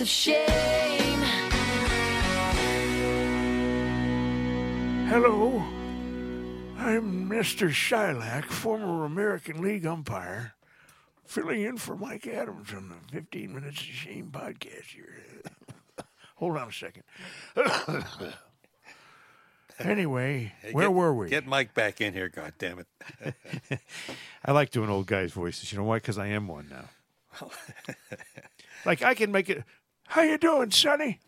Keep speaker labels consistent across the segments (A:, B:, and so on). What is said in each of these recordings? A: of shame.
B: Hello, I'm Mr. Shylock, former American League umpire, filling in for Mike Adams on the 15 Minutes of Shame podcast here. Hold on a second. anyway, where
C: Get-
B: were we?
C: Get Mike back in here, God damn it!
D: I like doing old guys' voices. You know why? Because I am one now. like I can make it.
B: how you doing, Sonny?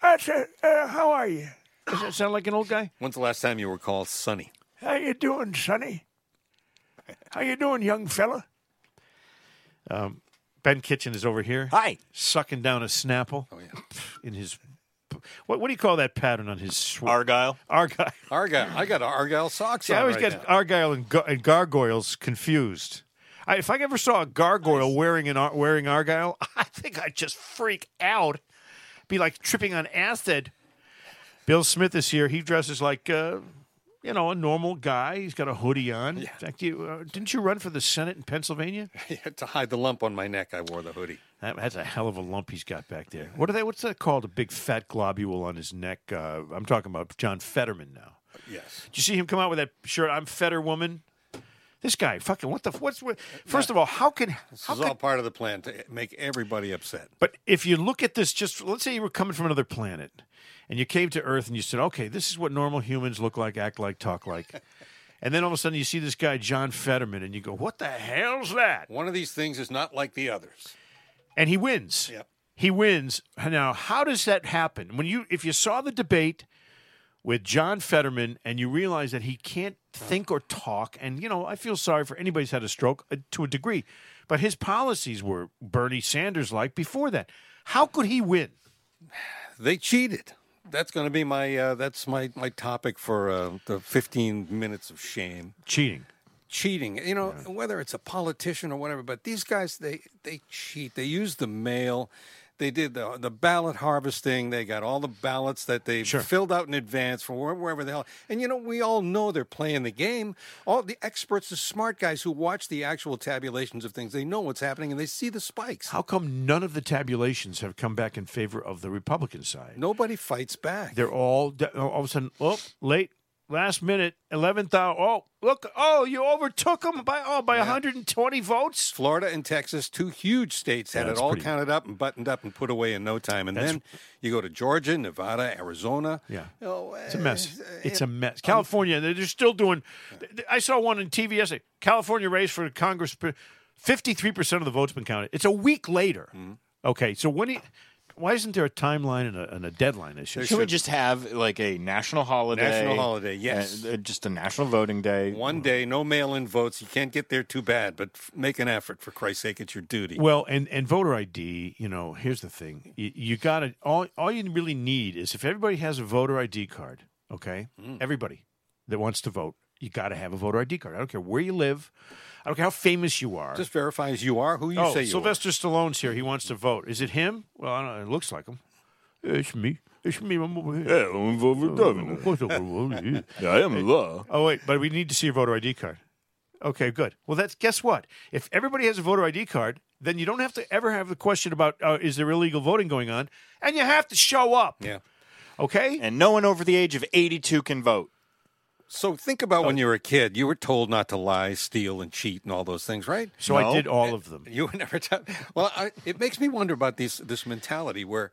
B: That's it. Uh, how are you?
D: Does that sound like an old guy?
C: When's the last time you were called Sonny?
B: How you doing, Sonny? How you doing, young fella?
D: Um, Ben Kitchen is over here.
C: Hi.
D: Sucking down a Snapple
C: Oh yeah,
D: in his. What, what do you call that pattern on his sw-
E: Argyle.
D: Argyle?
C: Argyle. I got Argyle socks.
D: See, I
C: on
D: always
C: right
D: get
C: now.
D: Argyle and, gar- and gargoyles confused. I, if I ever saw a gargoyle wearing an ar- wearing Argyle, I think I'd just freak out. Be like tripping on acid. Bill Smith this year, he dresses like uh, you know a normal guy. He's got a hoodie on. In fact, you uh, didn't you run for the Senate in Pennsylvania?
C: to hide the lump on my neck. I wore the hoodie.
D: That, that's a hell of a lump he's got back there. What are they? What's that called? A big fat globule on his neck. Uh, I'm talking about John Fetterman now.
C: Yes.
D: Did you see him come out with that shirt? I'm Fetter Woman. This guy, fucking, what the? What's what? First of all, how can?
C: This
D: How
C: is all
D: could
C: part of the plan to make everybody upset.
D: but if you look at this, just let's say you were coming from another planet, and you came to Earth, and you said, "Okay, this is what normal humans look like, act like, talk like," and then all of a sudden you see this guy John Fetterman, and you go, "What the hell's that?"
C: One of these things is not like the others.
D: and he wins.
C: Yep.
D: He wins. Now, how does that happen? When you if you saw the debate with John Fetterman and you realize that he can't think or talk and you know, I feel sorry for anybody's had a stroke uh, to a degree, but his policies were Bernie Sanders like before that. How could he win?
C: They cheated. That's going to be my uh, that's my my topic for uh, the 15 minutes of shame.
D: Cheating.
C: cheating. You know, whether it's a politician or whatever, but these guys they they cheat. They use the mail. They did the the ballot harvesting. They got all the ballots that they filled out in advance from where- wherever the hell. And you know, we all know they're playing the game. All the experts, the smart guys who watch the actual tabulations of things, they know what's happening and they see the spikes.
D: How come none of the tabulations have come back in favor of the Republican side?
C: Nobody fights back.
D: They're all all of a sudden, oh, late, last minute, eleventh hour. Oh, look, oh, you overtook them by oh by 120 votes.
C: Florida and Texas, two huge states, had it
D: that's
C: all
D: pretty-
C: counted up and buttoned up and put away in no time. And then you go to Georgia, Nevada, Arizona.
D: Yeah.
C: Oh,
D: It's a mess. It's a mess. California, they're they're still doing. th- th- I saw one in TV yesterday. California race for Congress, fifty-three percent of the votes been counted. It's a week later.
C: Mm-hmm.
D: Okay, so when? do you- why isn't there a timeline and a, and a deadline? I should
C: There
D: say?
C: should
E: Can we just have like a national holiday?
C: National holiday, yes.
E: Uh, uh, just a national voting day.
C: One day, no mail-in votes. You can't get there too bad, but f- make an effort for Christ's sake. It's your duty.
D: Well, and and voter ID, you know, here's the thing: you, you got to all all you really need is if everybody has a voter ID card, okay,
C: Mm.
D: everybody that wants to vote, you got to have a voter ID card. I don't care where you live, I don't care how famous you are.
C: Just verifies you are who you
D: oh,
C: say you
D: Sylvester Stallone's here. He wants to vote. Is it him? Well, I don't know. It looks like him. Yeah, It's me. It's me. I'm over here. Oh,
F: Yeah, I'm voting for governor.
D: What's up, everyone? Yeah.
F: I am in law.
D: Oh wait, but we need to see your voter ID card. Okay, good. Well, that's guess what? If everybody has a voter ID card, then you don't have to ever have the question about uh, is there illegal voting going on, and you have to show up.
C: are. Yeah.
D: Okay.
E: and no one over the age of 82 can vote.
C: So think about
D: Oh.
C: when you were a kid. You were told not to lie, steal, and cheat, and all those things, right?
D: so I did all of them.
C: You were never taught. Well, I, it makes me wonder about these this mentality where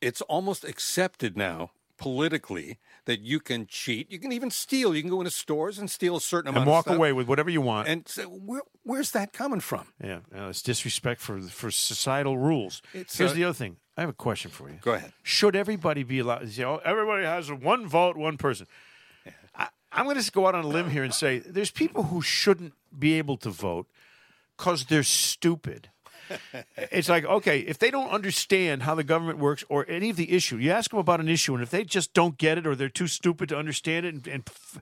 C: it's almost accepted now politically that you can cheat, you can even steal, you can go into stores and steal a certain amount
D: And
C: of
D: walk
C: stuff.
D: away with whatever you want.
C: And so where, where's that coming from?
D: yeah, uh, it's disrespect for for societal rules.
C: It's,
D: Here's
C: uh,
D: the other thing. I have a question for you.
C: Go ahead.
D: Should everybody be allowed? You say, oh, everybody has one vote, one person. I, I'm going to go out on a limb here and say there's people who shouldn't be able to vote because they're stupid. it's like okay, if they don't understand how the government works or any of the issue, you ask them about an issue, and if they just don't get it or they're too stupid to understand it, and, and f-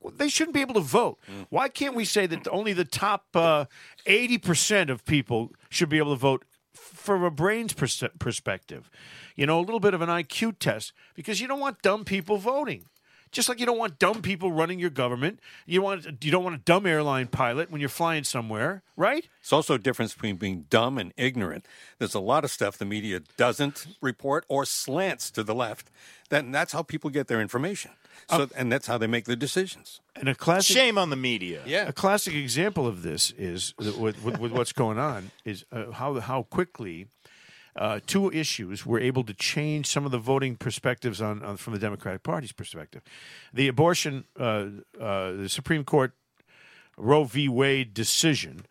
D: well, they shouldn't be able to vote. Why can't we say that only the top uh, eighty percent of people should be able to vote f- from a brain's pers- perspective? You know, a little bit of an IQ test because you don't want dumb people voting. Just like you don't want dumb people running your government. You want you don't want a dumb airline pilot when you're flying somewhere, right?
C: It's also a difference between being dumb and ignorant. There's a lot of stuff the media doesn't report or slants to the left. That, and that's how people get their information. So, and that's how they make their decisions.
D: And a classic
E: Shame on the media.
D: a classic example of this is that with, with, with what's going on is uh, how how quickly uh, two issues were able to change some of the voting perspectives on, on from the Democratic Party's perspective. The abortion, uh, uh, the Supreme Court Roe v. Wade decision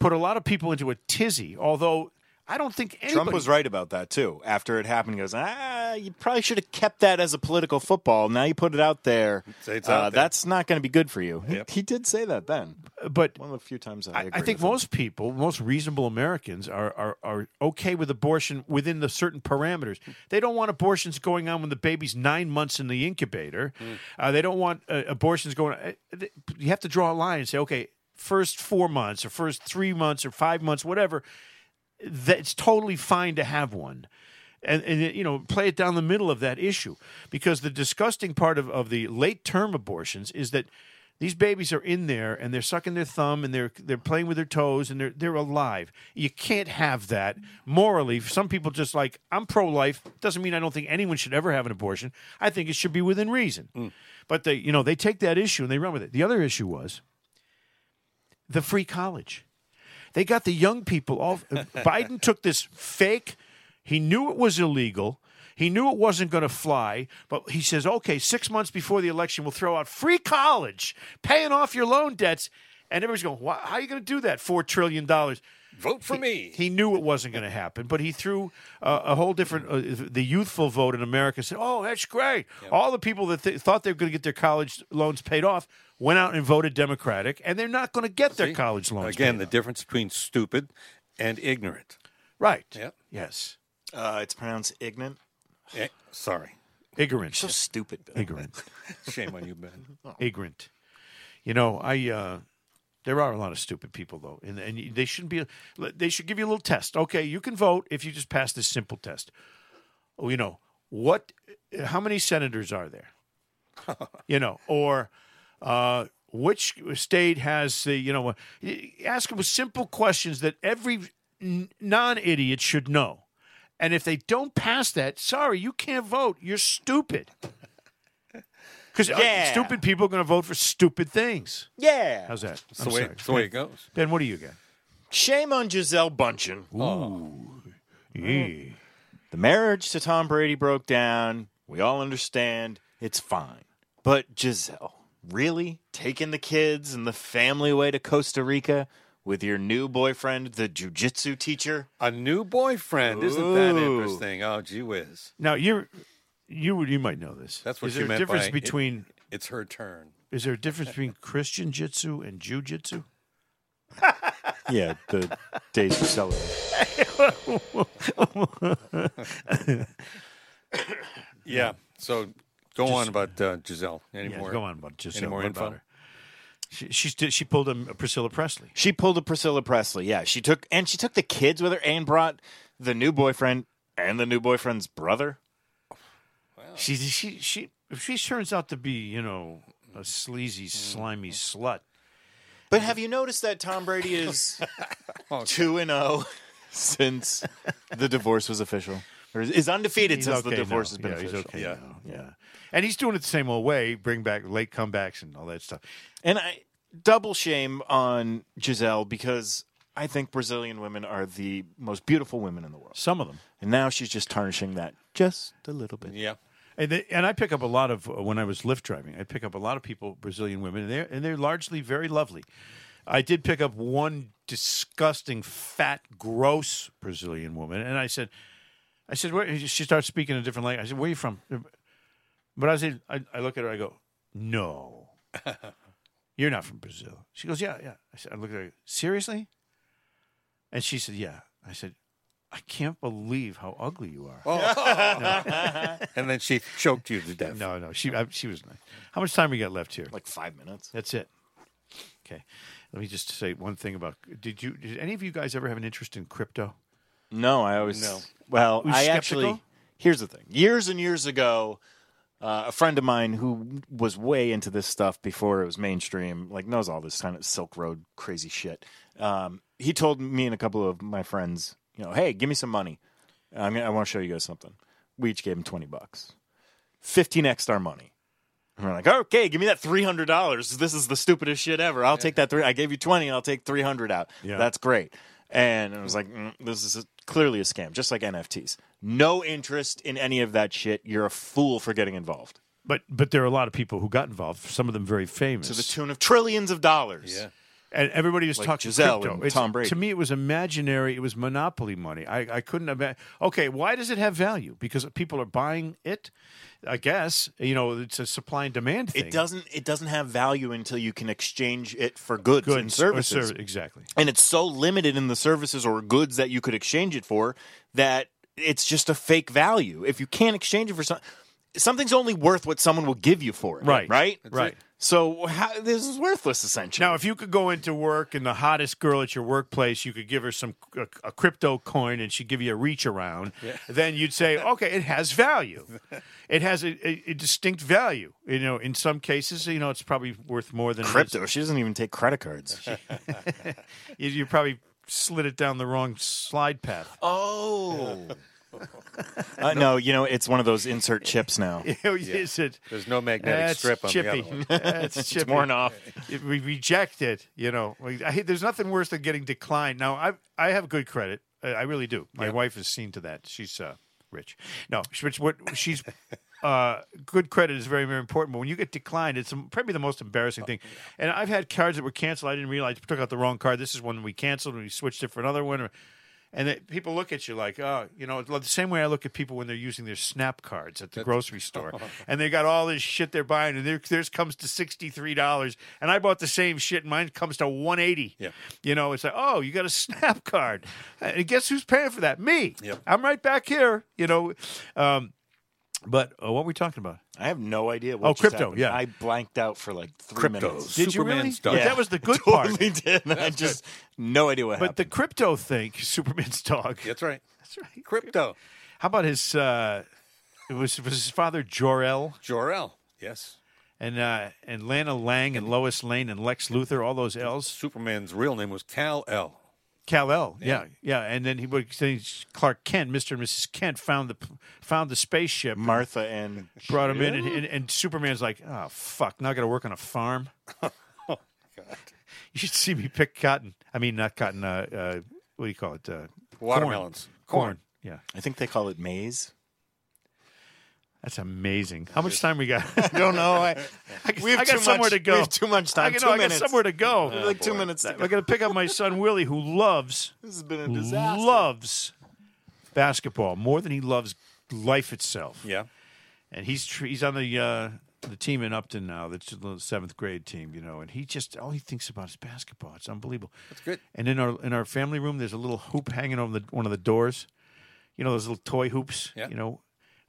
D: put a lot of people into a tizzy. Although I don't think anybody
E: Trump was right about that too. After it happened, he goes, "Ah, you probably should have kept that as a political football. Now you put it out there.
C: Say it's out
E: Uh,
C: there.
E: That's not going to be good for you." He- He, did say that then.
D: but
E: One of the few times I,
D: I, I
E: agree
D: think
E: with him.
D: most people, most reasonable Americans, are, are are okay with abortion within the certain parameters. They don't want abortions going on when the baby's nine months in the incubator.
E: Hmm.
D: Uh, they don't want uh, abortions going. uh, th- You have to draw a line and say, okay, first four months, or first three months, or five months, whatever. That it's totally fine to have one. And, and you know play it down the middle of that issue because the disgusting part of, of the late term abortions is that these babies are in there and they're sucking their thumb and they're they're playing with their toes and they're they're alive. You can't have that morally. Some people just like I'm pro life doesn't mean I don't think anyone should ever have an abortion. I think it should be within reason. But they you know they take that issue and they run with it. The other issue was the free college. They got the young people off. Biden took this fake. He knew it was illegal. He knew it wasn't going to fly, but he says, okay, six months before the election, we'll throw out free college, paying off your loan debts. And everybody's going, Why, how are you going to do that? $4 trillion.
C: Vote for me.
D: He knew it wasn't going to happen, but he threw uh, a whole different, uh, the youthful vote in America said, oh, that's great. All the people that th- thought they were going to get their college loans paid off went out and voted Democratic, and they're not going to get their college loans
C: Again,
D: paid
C: the
D: off.
C: difference between stupid and ignorant.
D: Right.
C: Yep.
D: Yes.
E: uh, it's pronounced ignorant.
C: Eh, sorry.
D: Ignorant.
E: So stupid. Bill.
D: ignorant.
C: Shame on you, Ben.
D: ignorant. You know, I uh, there are a lot of stupid people though, and and you- they shouldn't be. They should give you a little test. Okay, you can vote if you just pass this simple test. Oh, you know what? How many senators are there? you know, or uh, which state has the you know? uh, Ask them simple questions that every n- non-idiot should know. And if they don't pass that, sorry, you can't vote. You're stupid. Because uh,
E: Yeah.
D: stupid people are going to vote for stupid things.
E: Yeah.
D: How's that?
C: That's the, way, that's the way it goes.
D: Ben, what do you got?
E: Shame on Giselle Bundchen.
D: Yeah.
E: The marriage to Tom Brady broke down. We all understand. It's fine. But Giselle, really? Taking the kids and the family away to Costa Rica with your new boyfriend, the jujitsu teacher?
C: A new boyfriend. Isn't that
E: Ooh.
C: interesting? Oh, gee whiz.
D: Now you're you would- you might know this.
C: That's what
D: is
C: she
D: there a
C: meant
D: difference
C: by it-
D: between
C: It's her turn.
D: is there a difference between Christian jitsu and Jew jitsu?
E: Yeah, the days of celebrating.
C: Yeah. So go on about uh, Giselle. Any
D: Yeah,
C: more?
D: go on about Giselle.
C: any more
D: What
C: info?
D: about her? She she, st- she pulled a a Priscilla Presley.
E: She pulled a Priscilla Presley. Yeah, she took and she took the kids with her and brought the new boyfriend and the new boyfriend's brother.
D: She she she if she turns out to be you know a sleazy slimy slut.
E: But have you noticed that Tom Brady is
D: Oh,
E: two and zero since the divorce was official, or is- is undefeated since the
D: okay now.
E: divorce has been
D: yeah, he's
E: official?
D: okay
C: Yeah.
D: now. Yeah, and he's doing it the same old way. Bring back late comebacks and all that stuff.
E: And I double shame on Giselle because I think Brazilian women are the most beautiful women in the world,
D: Some of them.
E: and now she's just tarnishing that just a little bit.
C: Yeah.
D: And, they, and I pick up a lot of uh, when I was Lyft driving. I pick up a lot of people, Brazilian women, and they're and they're largely very lovely. I did pick up one disgusting, fat, gross Brazilian woman, and I said, I said, where? She starts speaking a different language. I said, where are you from? But I said, I, I look at her, I go, no, you're not from Brazil. She goes, yeah, yeah. I said, I look at her, seriously? And she said, yeah. I said, I can't believe how ugly you are.
C: And then she choked you to death.
D: No, no, she I, she was nice. How much time we got left here?
E: Like five minutes.
D: That's it. Okay, let me just say one thing about. Did you? Did any of you guys ever have an interest in crypto?
E: No, I always Well,
D: you
E: I
D: skeptical?
E: actually. Here's the thing. Years and years ago, Uh, a friend of mine who was way into this stuff before it was mainstream, like knows all this kind of Silk Road crazy shit. Um, he told me and a couple of my friends, you know, hey, give me some money. I'm gonna, I want to show you guys something. We each gave him twenty bucks, fifteen x our money. And we're like, okay, give me that three hundred dollars. This is the stupidest shit ever. I'll take that three. I gave you twenty, and I'll take three hundred out. That's great. And I was like, mm, this is a, clearly a scam, just like NFTs. No interest in any of that shit. You're a fool for getting involved
D: But but there are a lot of people who got involved. Some of them very famous.
E: to the tune of trillions of dollars.
C: Yeah.
D: and everybody was
E: Like
D: talking
E: Giselle
D: crypto.
E: and Tom Brady.
D: To me, it was imaginary. It was monopoly money. I, I couldn't imagine. Okay, why does it have value? Because people are buying it. I guess you know it's a supply and demand thing.
E: It doesn't. It doesn't have value until you can exchange it for goods,
D: Goods
E: and
D: or
E: services.
D: serv- exactly.
E: and it's so limited in the services or goods that you could exchange it for that it's just a fake value. If you can't exchange it for something, something's only worth what someone will give you for it.
D: Right.
E: Right.
D: Right. it.
E: So how, this is worthless essentially.
D: Now, if you could go into work and the hottest girl at your workplace, you could give her some a, a crypto coin and she'd give you a reach around. Then you'd say, okay, it has value. It has a, a, a distinct value. You know, in some cases, you know, it's probably worth more than it is.
E: crypto. She doesn't even take credit cards.
D: You, you probably slid it down the wrong slide path.
E: oh. uh, no, you know it's one of those insert chips now.
D: Is it?
C: Oh, There's no magnetic
D: That's
C: strip on the
D: chippy.
C: other one.
D: That's chippy.
E: It's worn off.
D: If we reject it. You know, We- I, hate- there's nothing worse than getting declined. Now, I I have good credit. I, I really do. My wife is seen to that. She's uh, rich. No, she- which what she's. Uh, good credit is very, very important, but when you get declined, it's probably the most embarrassing thing. And I've had cards that were canceled. I didn't realize I took out the wrong card. This is one we canceled and we switched it for another one. Or, and that people look at you like, oh, you know, the same way I look at people when they're using their snap cards at the grocery store, and they got all this shit they're buying, and their, theirs comes to sixty three dollars, and I bought the same shit, and mine comes to one eighty.
C: Yeah.
D: you know, it's like, oh, you got a snap card, and guess who's paying for that? Me.
C: Yep.
D: I'm right back here. You know, um, but uh, what were we talking about?
E: I have no idea what.
D: Oh,
E: just
D: crypto,
E: happened.
D: yeah.
E: I blanked out for like three minutes.
D: Did
C: Superman
D: you really?
C: stuff.
E: Yeah.
D: That was the good part.
E: Totally did. I just no idea what
D: But the
E: happened.
D: crypto thing, Superman's dog.
C: That's right.
D: That's right.
C: Crypto.
D: How about his? Uh, it was was his father Jor El.
C: Jor-El. Yes.
D: and uh, and Lana Lang and Lois Lane and Lex Luthor, all those L's.
C: Superman's real name was Kal-El.
D: Cal L, yeah. yeah, And then he would say Clark Kent, Mister and Mrs. Kent found the found the spaceship,
E: Martha and
D: brought him in, and, and, and Superman's like, oh fuck, now I got to work on a farm.
E: Oh,
D: You should see me pick cotton. I mean, not cotton. Uh, uh, what do you call it? Uh,
C: Watermelons.
D: corn. Yeah,
E: I think they call it maize.
D: that's amazing. How much time we got? I,
E: don't know. I,
D: got- I got somewhere to go.
E: We have too much
D: I,
E: time.
D: got-
E: two
D: no, I got
E: minutes.
D: somewhere to go.
E: We have like two minutes. To
D: I
E: go.
D: got to pick up my son Willie, who loves
E: This has been a disaster.
D: loves basketball more than he loves life itself.
C: Yeah.
D: And he's tr- he's on the uh, the team in Upton now, the t- the seventh grade team, you know. And he just all he thinks about is basketball. It's unbelievable. That's
C: good.
D: And in our in our family room, there's a little hoop hanging over the one of the doors. You know those little toy hoops.
C: Yeah.
D: You know.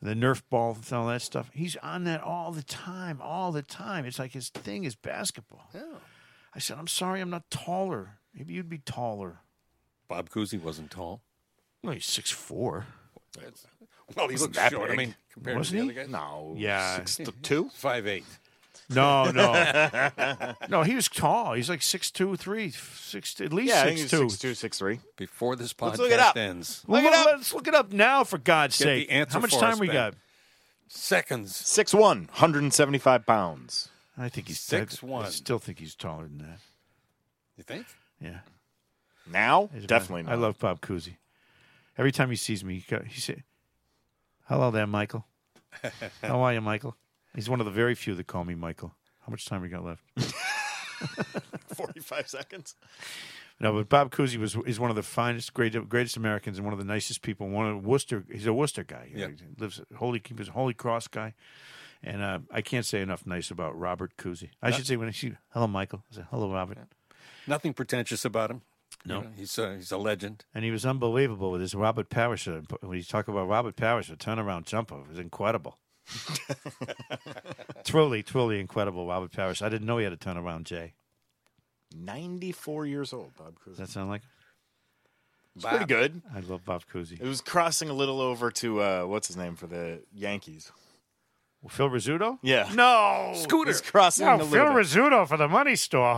D: The Nerf ball and all that stuff. He's on that all the time, all the time. It's like his thing is basketball. I said, I'm sorry, I'm not taller. Maybe you'd be taller.
C: Bob Cousy wasn't tall.
D: Well, he's six four.
C: Well, he looked
E: that
C: short. I
E: big.
C: mean, compared
D: Wasn't
C: to
D: he?
C: the other guy.
E: No.
D: Yeah.
E: Six to two.
C: Five eight.
D: No, no, no. He was tall. He's like six two, three, six at least
E: Yeah, I think
D: six
E: it's
D: two.
E: six two, six three.
C: Before this podcast
E: Let's look it up.
C: ends,
D: Well,
E: Look it
D: let-
E: up.
D: Let's look it up now, for God's
C: Get the
D: sake.
C: answer
D: How much
C: for
D: time
C: us,
D: we
C: Ben.
D: got?
C: seconds.
E: Six one. Hundred and seventy five pounds.
D: I think he's
C: Six
D: I, I
C: one.
D: still think he's taller than that.
C: You think?
D: Yeah,
E: Now,
D: He's a-
E: definitely not.
D: I love Bob Cousy. Every time he sees me, he, go- he say, "Hello there, Michael. How are you, Michael?" He's one of the very few that call me Michael. How much time we got left?
E: forty five seconds.
D: No, but Bob Cousy was is one of the finest, great, greatest Americans, and one of the nicest people. One of Worcester, he's a Worcester guy. You know,
C: Yeah.
D: He lives at Holy, he was a Holy Cross guy, and uh, I can't say enough nice about Robert Cousy. I should say when I see hello Michael, I say hello Robert,
C: Nothing pretentious about him.
D: No.
C: know, he's a, he's a legend.
D: and he was unbelievable with his Robert Parisher. When you talk about Robert Parisher, turnaround jumper it was incredible. truly, truly incredible, Robert Parrish. I didn't know he had a turnaround. Jay,
E: Ninety four years old, Bob Cruz.
D: does that sound like?
E: It's pretty good.
D: I love Bob Cousy.
E: It was crossing a little over to uh, what's his name for the Yankees.
D: Phil Rizzuto?
E: Yeah.
D: No.
E: Scooter. He's crossing
D: No,
E: the
D: Phil
E: Luda.
D: Rizzuto for the money store.